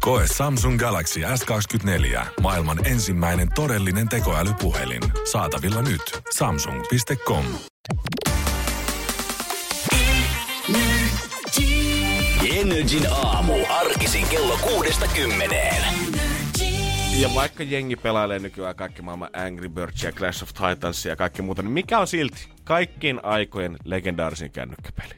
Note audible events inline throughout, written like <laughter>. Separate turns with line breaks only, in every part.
Koe Samsung Galaxy S24. Maailman ensimmäinen todellinen tekoälypuhelin. Saatavilla nyt. Samsung.com.
Energin aamu. Arkisin kello kuudesta kymmeneen.
Ja vaikka jengi pelailee nykyään kaikki maailman Angry Birdsia, Clash of Titansia ja kaikki muuta, niin mikä on silti kaikkien aikojen legendaarisin kännykkäpeli?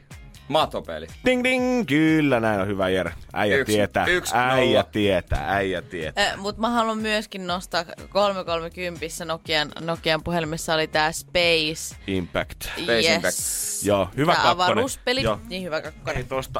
Matopeli.
Ding ding! Kyllä, näin on hyvä Jere. Äijä
Yksi-
tietää,
yksi
äijä
nolla.
tietää, äijä tietää.
Mutta Eh, mä haluan myöskin nostaa 330 Nokian, Nokian puhelimessa oli tämä Space.
Impact.
Space Impact.
yes.
Joo, hyvä
Tää
kakkonen.
avaruuspeli.
Joo.
Niin hyvä
Ei
kakkonen.
tosta.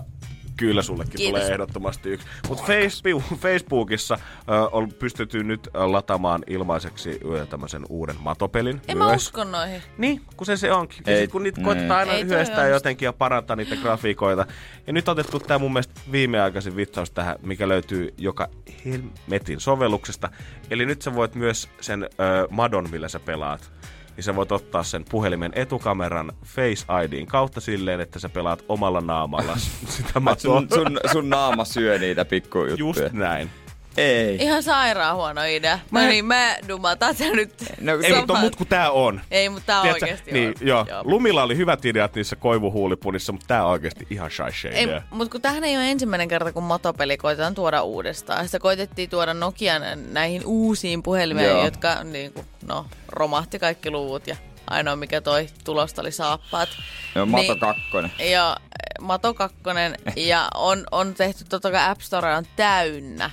Kyllä sullekin
Kiitos.
tulee ehdottomasti yksi. Mutta Facebook, Facebookissa ö, on pystytty nyt ö, lataamaan ilmaiseksi ö, tämmöisen uuden matopelin
En mä
myös.
usko noihin.
Niin, kun se se onkin. Ja
Ei-
sit kun niitä
mm.
koitetaan aina
Ei toi
yhdestään
onnistu.
jotenkin ja parantaa niitä grafiikoita. Ja nyt on otettu tämä mun mielestä viimeaikaisin vitsaus tähän, mikä löytyy joka helmetin sovelluksesta. Eli nyt sä voit myös sen ö, madon, millä sä pelaat, niin sä voit ottaa sen puhelimen etukameran Face IDin kautta silleen, että sä pelaat omalla
<laughs>
naamallas sitä matoa.
Sun, sun, sun naama syö niitä pikkujuttuja.
Just näin.
Ei.
Ihan sairaan huono idea. Mä, no niin, mä dumataan tää nyt.
No,
Ei,
Sä
mutta mut kun tää on.
Ei, mutta tää on
Tiedätkö,
oikeesti
niin,
huono.
joo. Lumilla oli hyvät ideat niissä koivuhuulipunissa, mutta tää on oikeasti ihan shy
Ei,
idea.
mutta kun tähän ei ole ensimmäinen kerta, kun matopeli koitetaan tuoda uudestaan. Sitä koitettiin tuoda Nokian näihin uusiin puhelimiin,
Joo.
jotka niin kuin, no, romahti kaikki luvut ja ainoa mikä toi tulosta oli saappaat.
No, Mato
Niin.
kakkonen.
Ja äh, Mato kakkonen ja on, on tehty totta kai App Store on täynnä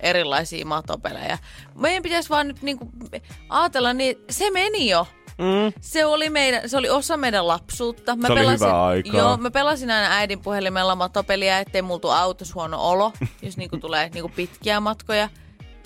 erilaisia matopelejä. Meidän pitäisi vaan nyt niinku ajatella, niin se meni jo. Mm. Se, oli meidän, se oli osa meidän lapsuutta. Mä
Se oli hyvää aikaa.
Joo, mä pelasin aina äidin puhelimella matopeliä, ettei multu autossa huono
<laughs>
olo, jos niinku tulee niinku pitkiä matkoja.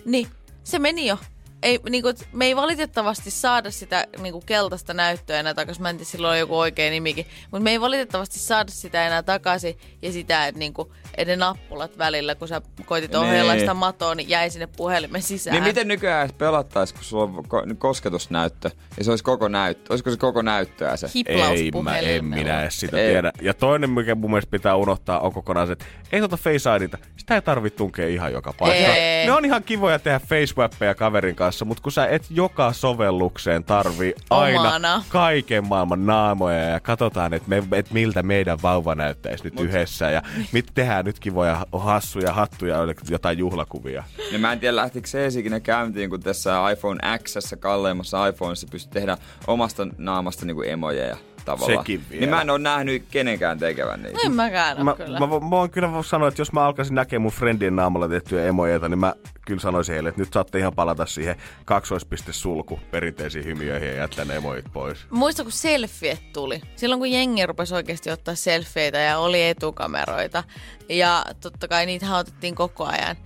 Niin, se meni jo. Ei, niinku, et me ei valitettavasti saada sitä niinku, keltaista näyttöä enää takaisin. Mä en tiedä, silloin oli joku oikea nimikin. Mutta me ei valitettavasti saada sitä enää takaisin. Ja sitä, että niinku, et ne nappulat välillä, kun sä koitit ohjella
Niin.
sitä matoa, niin jäi sinne puhelimen sisään.
Niin miten nykyään edes pelattaisi, kun sulla on ko- kosketusnäyttö ja se olisi koko näyttö? Olisiko se koko näyttöä se?
Ei, mä,
Hiplauspuhelimella.
en minä edes sitä
Ei.
tiedä. Ja toinen, mikä mun mielestä pitää unohtaa, on kokonaan se, että ei tuota Face IDtä, sitä ei tarvitse tunkea ihan joka paikkaan.
Ei.
Ne on ihan kivoja tehdä facewappeja kaverin kanssa, mutta kun sä et joka sovellukseen tarvii aina
Omana.
kaiken maailman naamoja ja katsotaan, että me, et miltä meidän vauva näyttäisi nyt Mut. yhdessä ja mit tehdään nyt kivoja hassuja hattuja jotain juhlakuvia.
Ja Niin mä en tiedä, lähtikö se esikin käyntiin, kun tässä iPhone X, kalleimmassa iPhoneissa pystyy tehdä omasta naamasta niinku emojeja tavallaan.
Sekin vielä.
Niin mä en ole nähnyt kenenkään tekevän niitä.
No en mäkään ole
Mä,
kyllä.
mä, vo- mä voin kyllä vo- sanoa, että jos mä alkaisin näkee mun friendien naamalla tiettyjä emojeita, niin mä kyllä sanoisin heille, että nyt saatte ihan palata siihen kaksoispiste sulku perinteisiin hymiöihin ja jättää ne emojit pois.
Muista, kun selfiet tuli. Silloin, kun jengi rupesi oikeasti ottaa selfieitä ja oli etukameroita. Ja totta kai niitä otettiin koko ajan.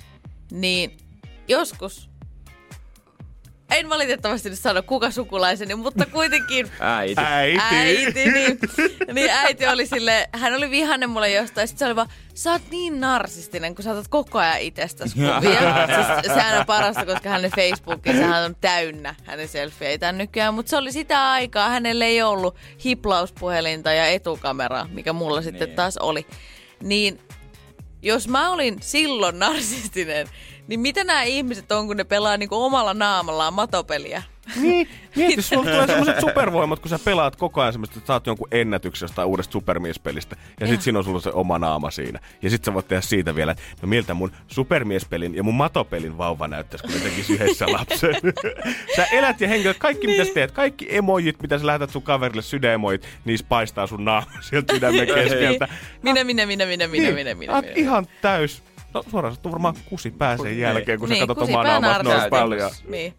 Niin joskus, en valitettavasti nyt sano kuka sukulaiseni, mutta kuitenkin
Äiti.
Äiti!
äiti, niin, niin äiti oli sille, hän oli vihainen mulle jostain, sitten se oli vaan, sä oot niin narsistinen, kun sä otat koko ajan itsestäsi kuvia. siis, sehän on parasta, koska hänen Facebookinsahan on täynnä hänen selfieitään nykyään, mutta se oli sitä aikaa, hänelle ei ollut hiplauspuhelinta ja etukameraa, mikä mulla sitten
Niin.
taas oli. Niin jos mä olin silloin narsistinen, niin mitä nämä ihmiset on, kun ne pelaa niinku omalla naamallaan matopeliä?
Niin, mieti, sulla tulee semmoset supervoimat, kun sä pelaat koko ajan semmoista, että saat jonkun ennätyksen jostain uudesta supermiespelistä, ja sit
Joo.
siinä on sulla se oma naama siinä. Ja sit sä voit tehdä siitä vielä, että no miltä mun supermiespelin ja mun matopelin vauva näyttäisi, kun ne tekis
<laughs>
yhdessä lapsen. sä elät ja henkilöt, kaikki mitä
Niin.
sä teet, kaikki emojit, mitä sä lähetät sun kaverille, sydämojit, niissä paistaa sun naama sieltä
<laughs>
sydämen keskeltä.
Minä, minä, minä, minä, Niin.
Niin,
minä, minä, minä,
oot
minä.
ihan täys. No suoraan sattuu varmaan kusi pää sen jälkeen, kun sä katsot
niin, kusi
omaa naamaa
päänartautus.
noin paljon.
Niin.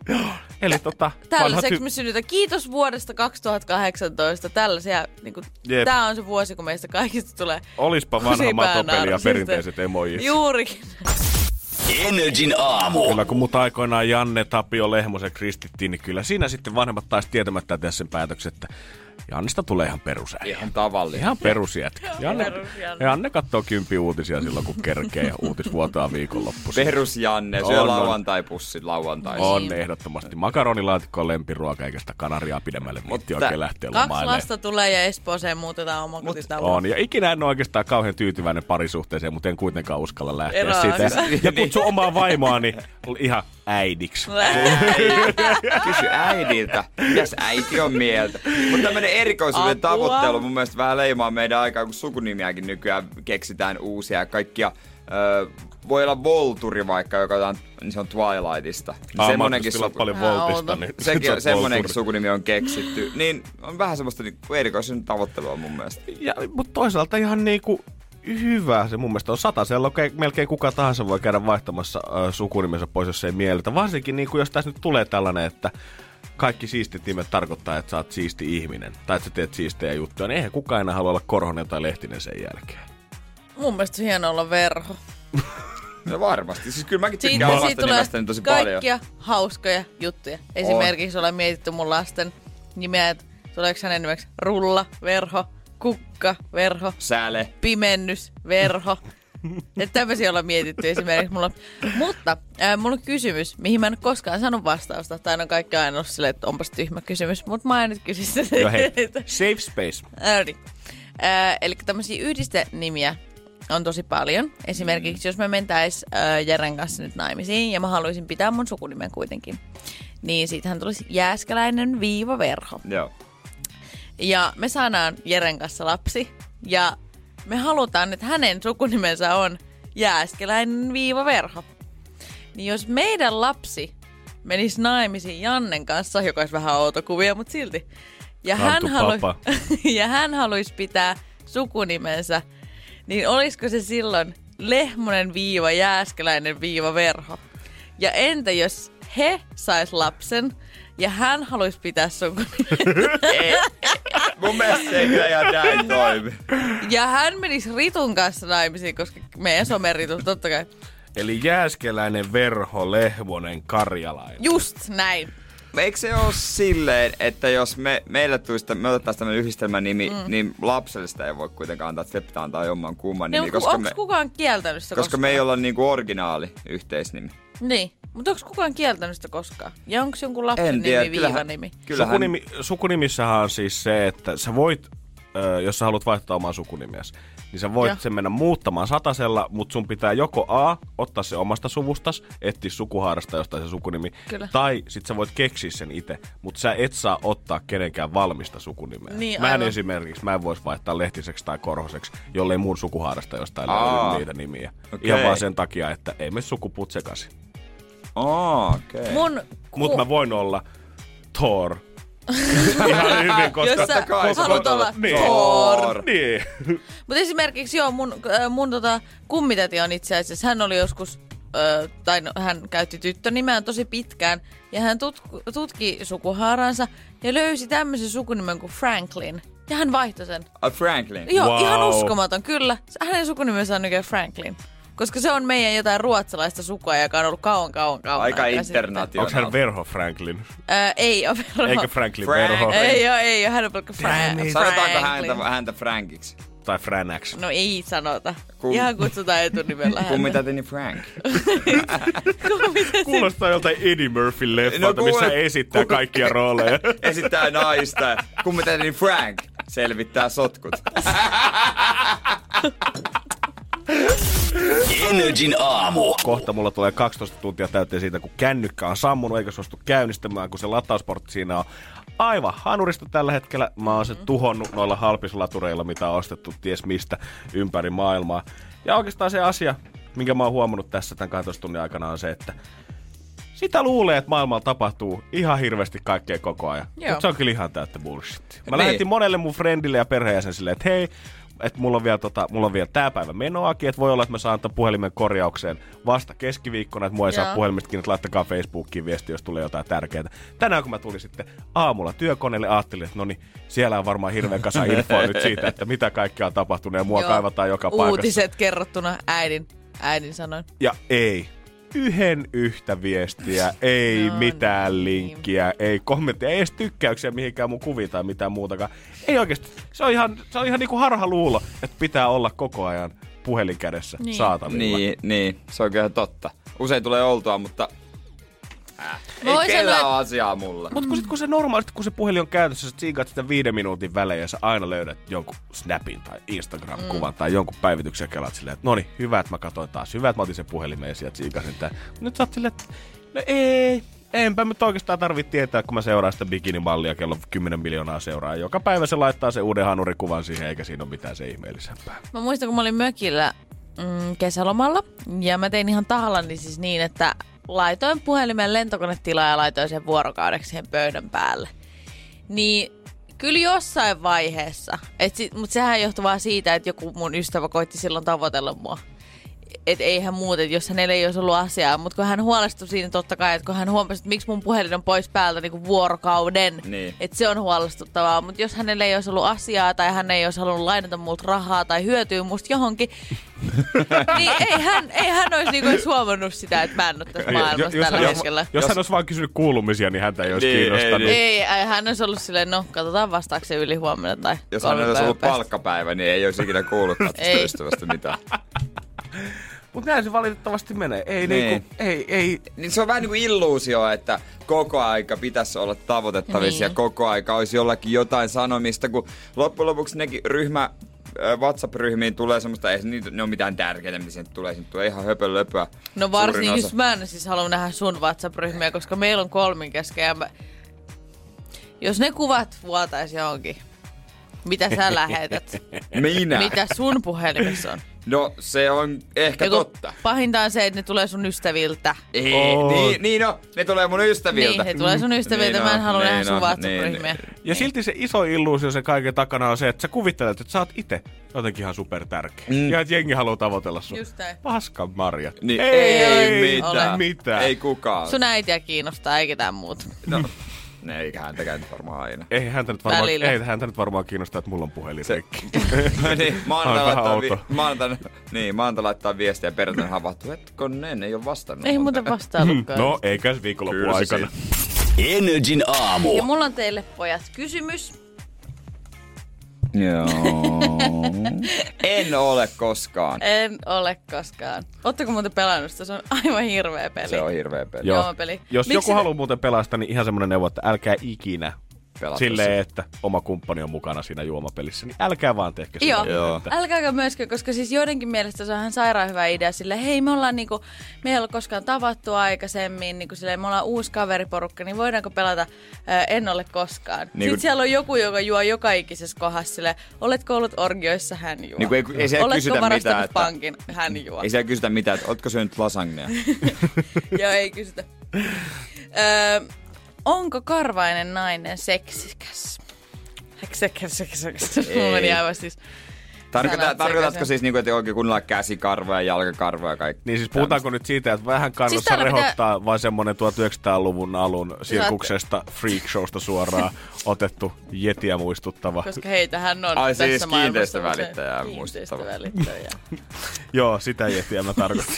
Eli tota, vanhat
Tällaiseksi
hy-
me synnytään. Kiitos vuodesta 2018. Tällaisia, niin kuin,
Jep.
tää on se vuosi, kun meistä kaikista tulee
Olispa
<laughs>
vanha matopeli ja
kusipäänartista.
perinteiset emojit.
Juurikin.
Energin aamu.
Kyllä kun mut aikoinaan Janne Tapio Lehmosen kristittiin, niin kyllä siinä sitten vanhemmat taisi tietämättä tehdä sen päätöksen, että Jannista tulee ihan perusäijä.
Ihan tavallinen.
Ihan perusjätkä. Janne,
Perusjanne.
Janne katsoo kympi uutisia silloin, kun kerkee uutisvuotaa viikonloppuisin.
Perus Janne, syö
On, on.
lauantai-pussin lauantaisin.
On ehdottomasti. Makaronilaatikko on lempiruoka, eikä sitä kanariaa pidemmälle
Mutta
viitti oikein lähtee
Kaksi
lomaille.
lasta tulee ja Espooseen muutetaan omakotitalo.
On, ja ikinä en ole oikeastaan kauhean tyytyväinen parisuhteeseen, mutta en kuitenkaan uskalla lähteä
Eroa.
siitä. Ja kutsu omaa vaimoani ihan äidiksi.
Kysy äidiltä, mitäs äiti on mieltä. Mutta tämmönen erikoisuuden
Apua.
tavoittelu mun mielestä vähän leimaa meidän aikaa, kun sukunimiäkin nykyään keksitään uusia ja kaikkia. Ö, voi olla Volturi vaikka, joka on, niin se on Twilightista. Niin semmonenkin
Semmonenkin
suku-
paljon
Vähän
voltista,
outo.
niin <laughs>
Sekin,
sä oot
semmonenkin
Volturi.
sukunimi on keksitty. Niin on vähän semmoista niin erikoisen tavoittelua mun mielestä.
Ja, mutta toisaalta ihan niinku hyvä se mun mielestä on satasella. Okei, melkein kuka tahansa voi käydä vaihtamassa äh, sukunimensä pois, jos ei miellytä. Varsinkin niinku, jos tässä nyt tulee tällainen, että kaikki siistit nimet tarkoittaa, että sä oot siisti ihminen. Tai että sä teet siistejä juttuja. Niin eihän kukaan enää halua olla Korhonen tai Lehtinen sen jälkeen.
<laughs> Mun mielestä on hienoa olla verho.
No varmasti. Siis kyllä mäkin
Siitä,
tykkään omasta
siitä tulee
niin
nimestäni tosi paljon.
kaikkia hauskoja juttuja. Esimerkiksi olen mietitty mun lasten nimeä, että tuleeko hänen nimeksi rulla, verho, kukka, verho,
Säle.
pimennys, verho. Että tämmöisiä ollaan mietitty esimerkiksi mulla. Mutta äh, mulla on kysymys, mihin mä en ole koskaan saanut vastausta. Tai on kaikki aina ollut silleen, että onpas tyhmä kysymys. Mutta mä en nyt kysy sitä.
Jo
<laughs>
hei, safe space.
Ää, niin. Ää, Eli tämmöisiä yhdistenimiä on tosi paljon. Esimerkiksi jos me mentäis ää, Jeren kanssa nyt naimisiin ja mä haluaisin pitää mun sukunimen kuitenkin, niin siitähän tulisi jääskäläinen viiva verho.
Joo.
Ja me saadaan Jeren kanssa lapsi ja me halutaan, että hänen sukunimensä on jääskeläinen viiva verho. Niin jos meidän lapsi menisi naimisiin Jannen kanssa, joka olisi vähän outo kuvia, mutta silti. Ja hän,
Ranttu
halu...
papa.
<laughs> ja hän haluaisi pitää sukunimensä, niin olisiko se silloin lehmonen viiva jääskeläinen viiva verho? Ja entä jos he sais lapsen ja hän haluaisi pitää sukunimensä?
Mun mielestä se ei kyllä ihan
<laughs>
näin toimi.
Ja hän menisi Ritun kanssa naimisiin, koska meidän someritus, totta kai.
Eli jääskeläinen, verho, lehvonen, karjalainen.
Just näin.
Eikö se ole silleen, että jos me, meillä tulisi, tä- me otettaisiin tämmöinen yhdistelmän nimi, mm. niin lapselle sitä ei voi kuitenkaan antaa, että se pitää antaa jomman kumman
Niin,
nimi,
onko
koska
onks
me,
kukaan kieltänyt sitä
koska
koskaan?
me ei olla niinku originaali yhteisnimi.
Niin, mutta onko kukaan kieltänyt sitä koskaan? Ja onko jonkun lapsen
En
nimi
tiedä, kyllähän,
viivanimi?
kyllähän
Sukunimi, sukunimissähän on siis se, että sä voit, ö, jos sä haluat vaihtaa omaa sukunimiäsi, niin sä voit
Joo.
ja. sen mennä muuttamaan satasella, mutta sun pitää joko A, ottaa se omasta suvustas, etsiä sukuhaarasta jostain se sukunimi,
Kyllä.
tai sit sä voit keksiä sen itse, mutta sä et saa ottaa kenenkään valmista sukunimeä.
Niin,
mä en
aivan.
esimerkiksi, mä en vois vaihtaa lehtiseksi tai korhoseksi, jollei mun sukuhaarasta jostain
Aa.
löydy niitä nimiä.
Okei.
Ihan vaan sen takia, että ei me sukupuut sekaisin.
Aa, okei. Okay.
Mun ku...
Mutta mä voin olla Thor. <laughs> Ihan hyvin, koska...
Jos sä
kai sä
haluat
voit olla
olla
Niin.
Thor.
Niin.
Mutta esimerkiksi joo, mun, äh, mun tota, kummitäti on itse asiassa, hän oli joskus, ö, tai no, hän käytti tyttönimeään tosi pitkään, ja hän tutku, tutki sukuhaaransa ja löysi tämmöisen sukunimen kuin Franklin. Ja hän vaihtoi sen.
A Franklin.
Joo,
Wow.
ihan uskomaton, kyllä. Hänen sukunimensä on nykyään Franklin. Koska se on meidän jotain ruotsalaista sukua, joka on ollut kauan, kauan, kauan.
Aika
aikaa
internatio.
Onko hän Verho Franklin?
sitten. Ää, ei ole Verho.
Eikä Franklin
Frank.
Verho.
Ei ole, ei ole. Hän on pelkkä Fra- Franklin.
Sanotaanko häntä, häntä Frankiksi?
Tai
<laughs>
Franax.
No ei sanota.
Kum-
Ihan kutsutaan etunimellä häntä.
Kummitätini
<laughs>
Frank.
No
Kuulostaa joltain Eddie Murphy
No
leffalta,
kuule-
missä esittää
kuka-
kaikkia rooleja.
<laughs>
Esittää naista. Kummitätini Frank selvittää sotkut.
Energin aamu.
Kohta mulla tulee 12 tuntia täyteen siitä, kun kännykkä on sammunut eikä suostu käynnistämään, kun se latausportti siinä on aivan hanurista tällä hetkellä. Mä oon sen tuhonnut noilla halpislatureilla, mitä on ostettu ties mistä ympäri maailmaa. Ja oikeastaan se asia, minkä mä oon huomannut tässä tämän 12 tunnin aikana on se, että sitä luulee, että maailmalla tapahtuu ihan hirveästi kaikkea koko ajan.
Joo.
Mutta se on kyllä ihan täyttä bullshit. Mä
Niin.
lähetin monelle mun friendille ja perheenjäsen silleen, että hei, että mulla on vielä, tota, mulla on vielä tää päivä menoakin, että voi olla, että mä saan tämän puhelimen korjaukseen vasta keskiviikkona, että mua ei saa
Joo.
puhelimesta kiinni, että laittakaa Facebookiin viesti, jos tulee jotain tärkeää. Tänään kun mä tulin sitten aamulla työkoneelle, ajattelin, että no niin, siellä on varmaan hirveän kasa
<laughs>
infoa nyt siitä, että mitä kaikkea on tapahtunut ja mua
Joo.
kaivataan joka paikassa.
Uutiset kerrottuna äidin, äidin sanoin.
Ja ei. yhden yhtä viestiä, ei
<laughs> No
mitään
niin.
linkkiä, ei kommenttia, ei edes tykkäyksiä mihinkään mun kuviin tai mitään muutakaan. Ei oikeasti, se on ihan, se on ihan niinku harha luulo, että pitää olla koko ajan puhelin kädessä
Niin.
niin. saatavilla.
Niin, niin, se on kyllä totta. Usein tulee oltua, mutta Äh,
Mä
ei
voin sanoa,
kellään
että-
ole asiaa mulla.
Mutta kun, sit, kun se normaalisti, kun se puhelin on käytössä, sä tsiikaat sitä viiden minuutin välein ja sä aina löydät jonkun snapin tai Instagram-kuvan mm. tai jonkun päivityksen ja kelaat silleen, että no niin, hyvä, että mä katsoin taas, hyvä, että mä otin sen puhelimen ja sieltä tsiikasin tää. Nyt sä oot silleen, että no ei, enpä nyt oikeastaan tarvitse tietää, kun mä seuraan sitä bikinimallia, kello 10 miljoonaa seuraa. Joka päivä se laittaa sen uuden hanurikuvan siihen, eikä siinä ole mitään se ihmeellisempää.
Mä muistan, kun mä olin mökillä mm, kesälomalla ja mä tein ihan tahallani siis niin, että laitoin puhelimen lentokonetilaan ja laitoin sen vuorokaudeksi sen pöydän päälle. Niin kyllä jossain vaiheessa, et sit, mut sehän johtui vaan siitä, että joku mun ystävä koitti silloin tavoitella mua. Et eihän muuten, jos hänellä ei olisi ollut asiaa, mutta kun hän huolestui siinä totta kai, että kun hän huomasi, että miksi mun puhelin on pois päältä niin vuorokauden,
Niin.
et se on huolestuttavaa, mutta jos hänellä ei olisi ollut asiaa tai hän ei olisi halunnut lainata multa rahaa tai hyötyä
<laughs>
musta johonkin, niin ei hän, ei hän olisi niinku edes huomannut sitä, että mä en ole tässä maailmassa
jos,
tällä
jos,
hetkellä.
jos, hän olisi vaan kysynyt kuulumisia, niin häntä ei olisi
Niin, ei,
kiinnostanut.
niin.
Ei, ei, hän olisi ollut silleen, no katsotaan vastaako se yli huomenna tai
Jos
kolme
hänellä olisi ollut
päivää
palkkapäivä, niin ei olisi ikinä kuullutkaan tästä
<laughs> Ei.
ystävästä mitään.
Mutta näin se valitettavasti menee. Ei,
Niin.
niinku, ei, ei,
Niin se on vähän niin kuin illuusio, että koko aika pitäisi olla tavoitettavissa
Niin.
ja koko aika olisi jollakin jotain sanomista, kun loppujen lopuksi nekin ryhmä ö, WhatsApp-ryhmiin tulee semmoista, ei se niitä, ne ole mitään tärkeää, mitä sinne tulee, sinne tulee ihan höpölöpöä.
päästä. No varsinkin, jos mä en siis halua nähdä sun WhatsApp-ryhmiä, koska meillä on kolmin kesken ja mä... Jos ne kuvat vuotaisi johonkin, mitä
<laughs>
sä lähetät,
Minä?
mitä sun puhelimessa on.
No se on ehkä
kun
totta.
Pahinta on se, että ne tulee sun ystäviltä.
Ei,
Oh.
niin, niin no, ne tulee mun ystäviltä. no, niin
Niin, ne tulee sun ystäviltä, mä en halua nähdä sun WhatsApp-ryhmiä.
Ja silti se iso illuusio sen kaiken takana on se, että sä kuvittelet, että sä oot itse jotenkin ihan supertärkeä.
Mm.
Mm. Ja että jengi haluaa tavoitella sun.
Just näin.
Paskan marjat.
Niin, ei, ei mitään.
ole
mitään.
Ei kukaan.
Sun äitiä kiinnostaa, ei ketään muuta.
No, ne eikä häntäkään nyt varmaan
<laughs>
aina.
Ei häntä, nyt varmaan,
Välillä.
ei häntä nyt varmaan kiinnostaa, että mulla on puhelin.
Se,
Se.
niin,
On
maanantaina
vähän
laittaa, vi-
outo.
maanantaina, niin, maanantaina laittaa viestiä ja perjantaina havahtuu, hetkone, ne ei ole vastannut.
Ei muuten vastaillutkaan.
No, eikä viikonlopun
Kyllä se
aikana.
Energin aamu.
Ja mulla on teille pojat kysymys. <laughs>
Joo. en ole koskaan.
En ole koskaan. Ootteko muuten pelannut sitä? Se on aivan hirveä peli.
Se on hirveä peli.
Joo. peli.
Jos
Miksi
joku
se-
haluaa muuten pelastaa, niin ihan semmoinen neuvo, että älkää ikinä
Pelata sitä.
silleen, että oma kumppani on mukana siinä juomapelissä, niin älkää vaan tehkö sitä.
Joo,
Joo.
Joo. älkääkä myöskään, koska siis joidenkin mielestä se on ihan sairaan hyvä idea sille, hei me ollaan niinku, me ei ole koskaan tavattu aikaisemmin, niinku silleen, me ollaan uusi kaveriporukka, niin voidaanko pelata ää, en ole koskaan.
kun-
Niin Sitten siellä on joku, joka juo joka ikisessä kohdassa sille, oletko ollut orgioissa, hän juo.
Niin kun ei- ei siellä
oletko
kysytä
varastanut
mitään, että-
pankin, hän juo.
Ei siellä kysytä mitään, että ootko syönyt lasagnea?
<laughs> Joo, ei kysytä. Öö, onko karvainen nainen seksikäs? Seksikäs, seksikäs. Mulla meni aivan siis.
Tarkoita,
Sanat
tarkoitatko
sekaisin.
siis, niinku, että oikein kunnolla käsikarvoja, jalkakarvoja ja kaikki?
Niin siis puhutaanko nyt siitä, että vähän
Siis
kannossa siis
täällä pitää-
rehottaa vai semmonen 1900-luvun alun sirkuksesta, freak showsta suoraan otettu jetiä muistuttava.
Koska heitä hän on
Ai
tässä
siis
maailmassa
kiinteistövälittäjää
usein.
muistuttava.
Kiinteistövälittäjä.
Joo, sitä jetiä mä
<laughs>
tarkoitan.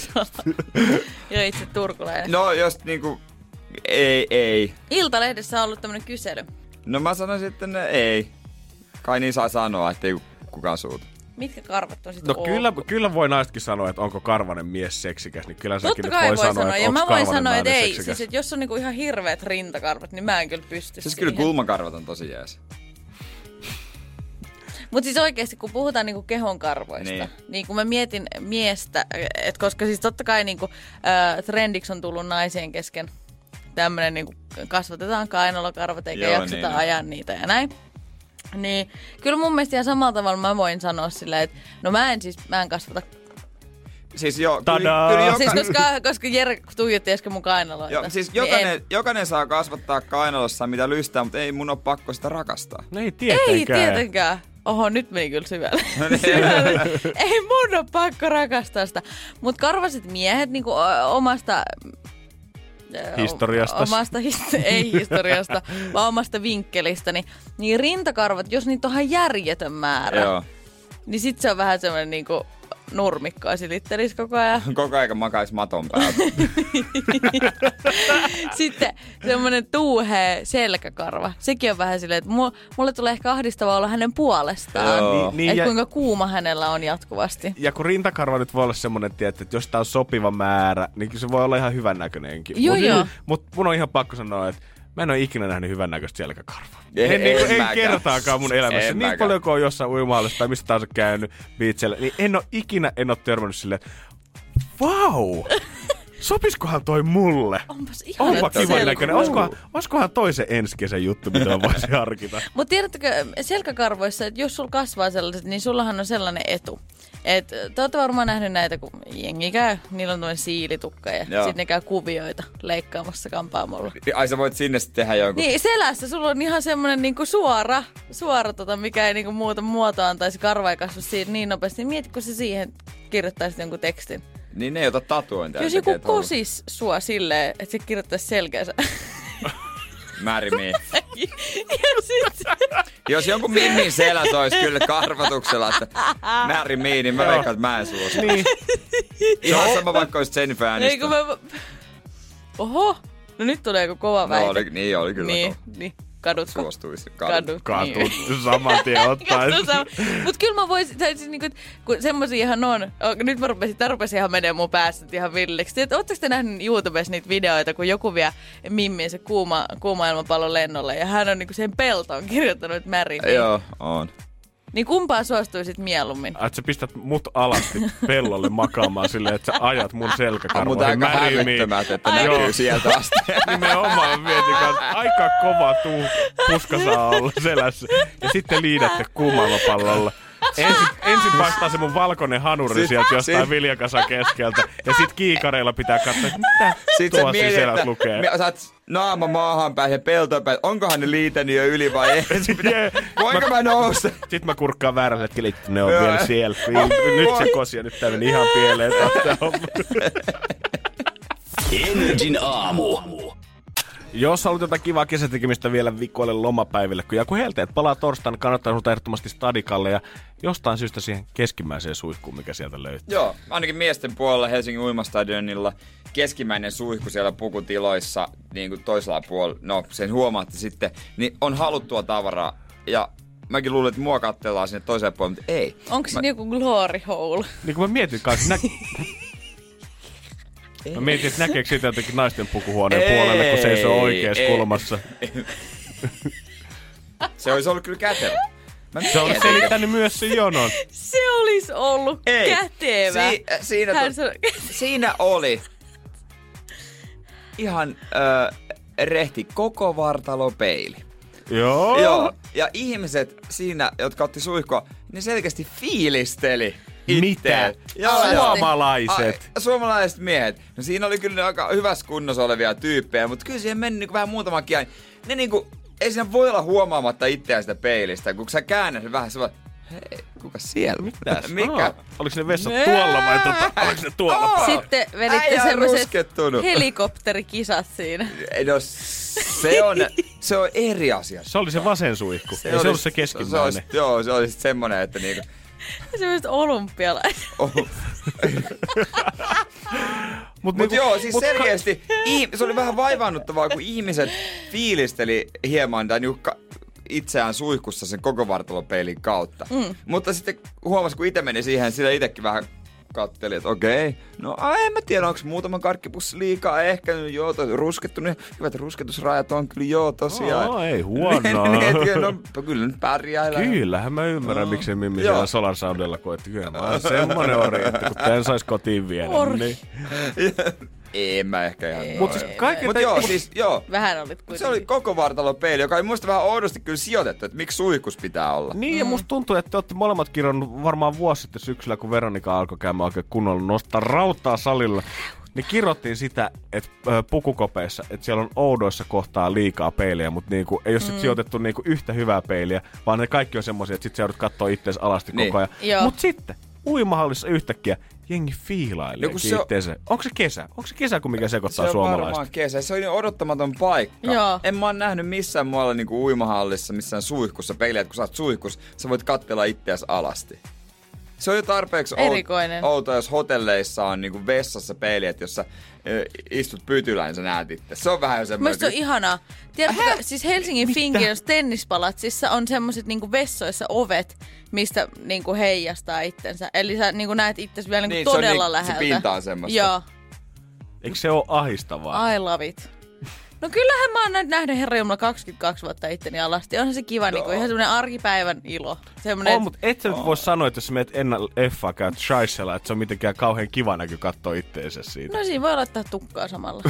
ja itse turkulainen. No.
No jos niinku... Ei, ei.
Iltalehdessä on ollut tämmönen kysely.
No mä sanoisin, että ne ei. Kai niin saa sanoa, ettei kukaan suutu.
Mitkä karvat on sitten
No kyllä, kyllä voi naisetkin sanoa, että onko karvanen mies seksikäs, niin kyllä säkin
Totta
nyt
kai
voi
voi
sanoa,
sanoa,
että
ja
onks
mä voin
karvanen
sanoa, että
nainen
ei.
seksikäs.
Siis, että jos on niinku ihan hirveät rintakarvat, niin mä en kyllä pysty
Siis kyllä
siihen.
kulmakarvat on tosi jees.
Mutta siis oikeasti, kun puhutaan niinku kehon karvoista,
Niin.
niin. niin kun mä mietin miestä, että koska siis totta kai niinku, ö, trendiksi on tullut naisien kesken tämmöinen, niinku, kasvatetaan kainalokarvat eikä
Joo,
jakseta
niin, niin.
ajaa niitä ja näin. Niin, kyllä mun mielestä ihan samalla tavalla mä voin sanoa silleen, että no mä en siis, mä en kasvata.
Siis joo,
Tadaa!
joka,
Siis koska, koska Jere tuijotti äsken mun kainaloita.
joo, siis
niin
jokainen,
en.
jokainen saa kasvattaa kainalossa mitä lystää, mutta ei mun ole pakko sitä rakastaa.
No ei
Ei
tietenkään.
tietenkään. Oho, nyt meni kyllä syvälle. syvälle. Ei mun on pakko rakastaa sitä. Mutta karvaset miehet niinku ö, omasta... ö,
Historiastas.
Omasta, his- ei historiasta, vaan omasta niin vinkkelistäni. Niin rintakarvat, jos niitä on ihan järjetön määrä,
Joo.
niin sit se on vähän semmoinen niinku... nurmikkoa silittelisi koko ajan.
Koko ajan makais maton päällä.
<laughs> Sitten semmoinen tuuhea selkäkarva. Sekin on vähän silleen, että mu- mulle tulee ehkä ahdistavaa olla hänen puolestaan.
Joo.
Niin,
Niin- niin
että
ja-
kuinka kuuma hänellä on jatkuvasti.
Ja kun rintakarva nyt voi olla semmonen, tietty, että jos tää on sopiva määrä, niin kyllä se voi olla ihan hyvän näköinenkin.
Joo, joo.
Mut mun on ihan pakko sanoa, että mä en ole ikinä nähnyt hyvän näköistä selkäkarvaa.
Ei-
En, en, niin,
en
en
mäkään.
kertaakaan mun elämässä.
En
En niin
mäkään.
paljon kuin on jossain uimaalassa tai mistä taas on käynyt beachillä, niin en ole ikinä en ole törmännyt silleen, että vau, sopiskohan toi mulle?
Onpas ihan
Onpa
että
kiva
selkä-
näköinen. Olisikohan, olisikohan toi se ensi kesän juttu, mitä mä voisin harkita?
Mutta tiedättekö, selkäkarvoissa, että jos sulla kasvaa sellaiset, niin sullahan on sellainen etu. Et, te olette varmaan nähnyt näitä, kun jengi käy, niillä on tuollainen siilitukka ja
Joo.
sitten ne käy kuvioita leikkaamassa kampaamolla.
Ai sä voit sinne sitten tehdä jonkun.
Niin, selässä sulla on ihan semmoinen niinku suora, suora tota, mikä ei niinku muuta muotoa antaisi, karva ei kasva siitä niin nopeasti. Mieti, kun se siihen kirjoittaisit jonkun tekstin.
Niin ne ei ota tatuointia.
Jos joku kosis sua silleen, että se kirjoittaisi selkäänsä.
Määrimiin.
<laughs> ja sit
Jos jonkun Mimmin selässä olisi kyllä karvatuksella, että marry me, niin mä veikkaan, että mä en suostu.
Niin.
Ihan sama vaikka olisi Jennifer
Ei, kun
Aniston.
mä... Oho! No nyt tulee joku kova väite.
No oli, niin oli kyllä.
niin,
Niin.
niin. Kadutko?
Suostuisi. Kadu.
Kadut.
Katut
Niin.
saman tien
<laughs> Katso
ottaen.
sama. Mut kyllä mä voisin, tai siis niinku, et kun semmoisiahan on, o, nyt mä rupesin, tää rupesi ihan menee mun päästä ihan villiksi. Et, ootteko te nähnyt YouTubessa niitä videoita, kun joku vie mimmiin se kuuma, kuuma ilmapallon lennolle ja hän on niinku sen peltoon kirjoittanut märin.
Joo, on.
Niin kumpaa suostuisit mieluummin?
Ai, Että sä pistät mut alasti pellolle makaamaan silleen, että sä ajat mun selkäkarvoihin.
Mutta aika
Marry me.
hävyttömät, että
Ai-
näkyy
Joo.
sieltä
<laughs>
asti.
Nimenomaan mietin kanssa, että aika kova tuu, puska saa olla selässä. Ja sitten liidätte kuumalla pallolla. Ensin, ensin paistaa se mun valkoinen hanuri
Sit-
sieltä jostain
sit-
viljakasa keskeltä. Ja sit kiikareilla pitää katsoa, että mitä
Sitten sä
tuossa
mietit,
selät
että
lukee.
mi- saat naama maahan päin ja peltoon päin. Onkohan ne liitänyt jo yli vai ei? <laughs> Sit pitää-
Jee.
Voinko mä nousta?
Sitten mä kurkkaan väärällä hetkellä, että ne on
Joo.
vielä siellä. Nyt se kosi ja nyt tää meni ihan pieleen. Tää on-
Energin aamu.
Jos haluat jotain kivaa kesätekemistä vielä vikoille lomapäiville, kun joku helteet palaa torstaina, kannattaa sinulta ehdottomasti stadikalle ja jostain syystä siihen keskimmäiseen suihkuun, mikä sieltä löytyy.
Joo, ainakin miesten puolella Helsingin uimastadionilla keskimmäinen suihku siellä pukutiloissa, niin kuin toisella puolella, no sen huomaatte sitten, niin on haluttua tavaraa. Ja mäkin luulin, että mua katsellaan sinne toiseen puolelle, mutta ei.
Onko se joku glory hole? <laughs>
Niin kun mä mietin kanssa, nä- Mä mietin, että näkeekö sitä jotenkin naisten pukuhuoneen
Ei,
puolelle, kun seisoo oikeassa
ei.
kulmassa.
Se olisi ollut kyllä kätevä. Mä
Se on
mietin,
selittänyt myös sen jonon.
Se olisi ollut
Ei.
kätevä.
Si- äh, siinä,
Hän
tu-
sanoi, <laughs>
siinä oli ihan äh, rehti koko vartalopeili.
Joo.
Joo. Ja ihmiset siinä, jotka otti suihkua, ne selkeästi fiilisteli
Mitä?
itteään. Joo, joo.
Suomalaiset.
Ai, suomalaiset miehet. No siinä oli kyllä aika hyvässä kunnossa olevia tyyppejä, mutta kyllä siihen meni niinku vähän muutama kieli. Ne niinku, ei siinä voi olla huomaamatta itseään sitä peilistä, kun sä käännät sen vähän semmoinen, hei, kuka siellä?
Mitäs?
Mikä?
Aa, Oliko ne vessat tuolla vai tota, oliko ne tuolla?
Aa.
Sitten veditte
Äijä on
semmoiset
ruskettunut.
helikopterikisat
<laughs>
siinä.
Ei, No, se on, se on eri asia.
Se oli se vasen suihku. Se ei
olisi-
se ollut
Se
se
olisi,
keskimmäinen.
joo, se olisi semmonen, että niinku,
Semmoiset olympialaiset.
oh,
Mut,
Mutta
niinku-
joo, siis
mut ka-
selkeästi ih- se oli vähän vaivaannuttavaa, kun ihmiset fiilisteli hieman tai niinku ka- itseään suihkussa sen koko vartalopeilin kautta. Mm. Mutta sitten huomasi, kun itse meni siihen, sillä itsekin vähän katteli, että okei, no a, en mä tiedä, onko muutama karkkipussi liikaa, ehkä no joo, toi ruskettu, niin hyvät rusketusrajat on kyllä joo tosiaan.
Aa, ei huonoa.
niin, <laughs> niin, et kyllä, no, kyllä nyt pärjäillään.
Kyllähän mä ymmärrän, miksi Mimmi
Mm. Joo.
siellä Solar Soundella koetti. Kyllä mä oon semmonen ori, että kun tän sais kotiin viedä.
Orhi.
Niin.
Ei mä ehkä ihan.
Mut siis kaiken
Mut
tän-
joo,
mut-
siis joo.
Vähän olit
Se oli
kuitenkin.
koko vartalopeili, joka oli musta vähän oudosti kyllä sijoitettu, että miksi suihkus pitää olla.
Niin, ja musta tuntuu, että te olette molemmat kirjannut varmaan vuosi sitten syksyllä, kun Veronika alkoi käymään oikein kunnolla nostaa rautaa salilla. Niin kirjoittiin sitä, että ö, pukukopeissa, että siellä on oudoissa kohtaa liikaa peiliä, mutta niinku, ei ole sit sijoitettu niinku yhtä hyvää peiliä, vaan ne kaikki on semmoisia, että sit sä joudut katsoa ittees alasti
Niin.
koko ajan.
Joo.
Mut sitten, uimahallissa yhtäkkiä jengi fiilailee
No kun
no,
se on-
se Onko se kesä? Onko se kesä, kun mikä
Se
sekoittaa
on
suomalaista?
varmaan kesä. Se oli niin odottamaton paikka.
Joo.
En mä oon nähnyt missään muualla niinku uimahallissa, missään suihkussa peiliä, että kun sä oot suihkus, sä voit kattella itseäsi alasti. Se on jo tarpeeksi
Erikoinen.
out- outoa, jos hotelleissa on niinku vessassa peili, että jos sä ö, istut pytyläin, sä näet itse. Se on vähän jo semmoinen...
Mielestäni se on ihanaa. Tiedätkö, siis Helsingin Fingers tennispalatsissa on semmoiset niinku vessoissa ovet, mistä niinku heijastaa itsensä. Eli sä niinku näet itsesi vielä niinku
Niin, se on
todella
niin- se
läheltä.
pinta on semmoista.
Joo,
Eikö se ole ahistavaa?
I love it. No kyllähän mä oon nyt nähnyt Herra Jumala 22 vuotta itteni alasti. Onhan se kiva, niinku, ihan semmoinen arkipäivän ilo. Semmoinen,
On, mutta et sä nyt voi sanoa, että jos sä meet ennen leffaa käyt shaisella, että se on mitenkään kauhean kiva näky katsoa itteensä siitä.
No siinä voi laittaa tukkaa samalla.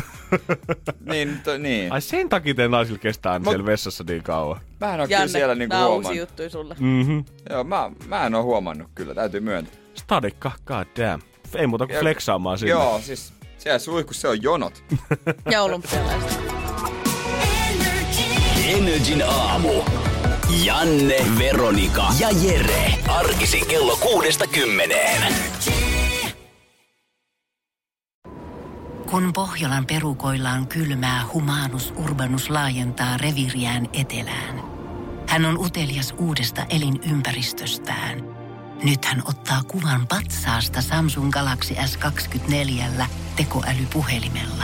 Niin, to, niin.
Ai sen takia teidän naisilla kestää aina siellä vessassa niin kauan.
Mä en oo kyllä
Janne,
siellä niinku
nää on uusi
huomannut.
juttu sulle.
Joo, mä, mä en oo huomannut kyllä, täytyy myöntää.
Stadikka, god damn. Ei muuta kuin flexaamaan sinne.
Joo, siis siellä suihkussa se on jonot.
Ja olympialaiset.
Energin aamu. Janne, Veronika ja Jere. Arkisin kello kuudesta kymmeneen.
Kun Pohjolan perukoilla on kylmää, humanus urbanus laajentaa reviriään etelään. Hän on utelias uudesta elinympäristöstään. Nyt hän ottaa kuvan patsaasta Samsung Galaxy S24 tekoälypuhelimella.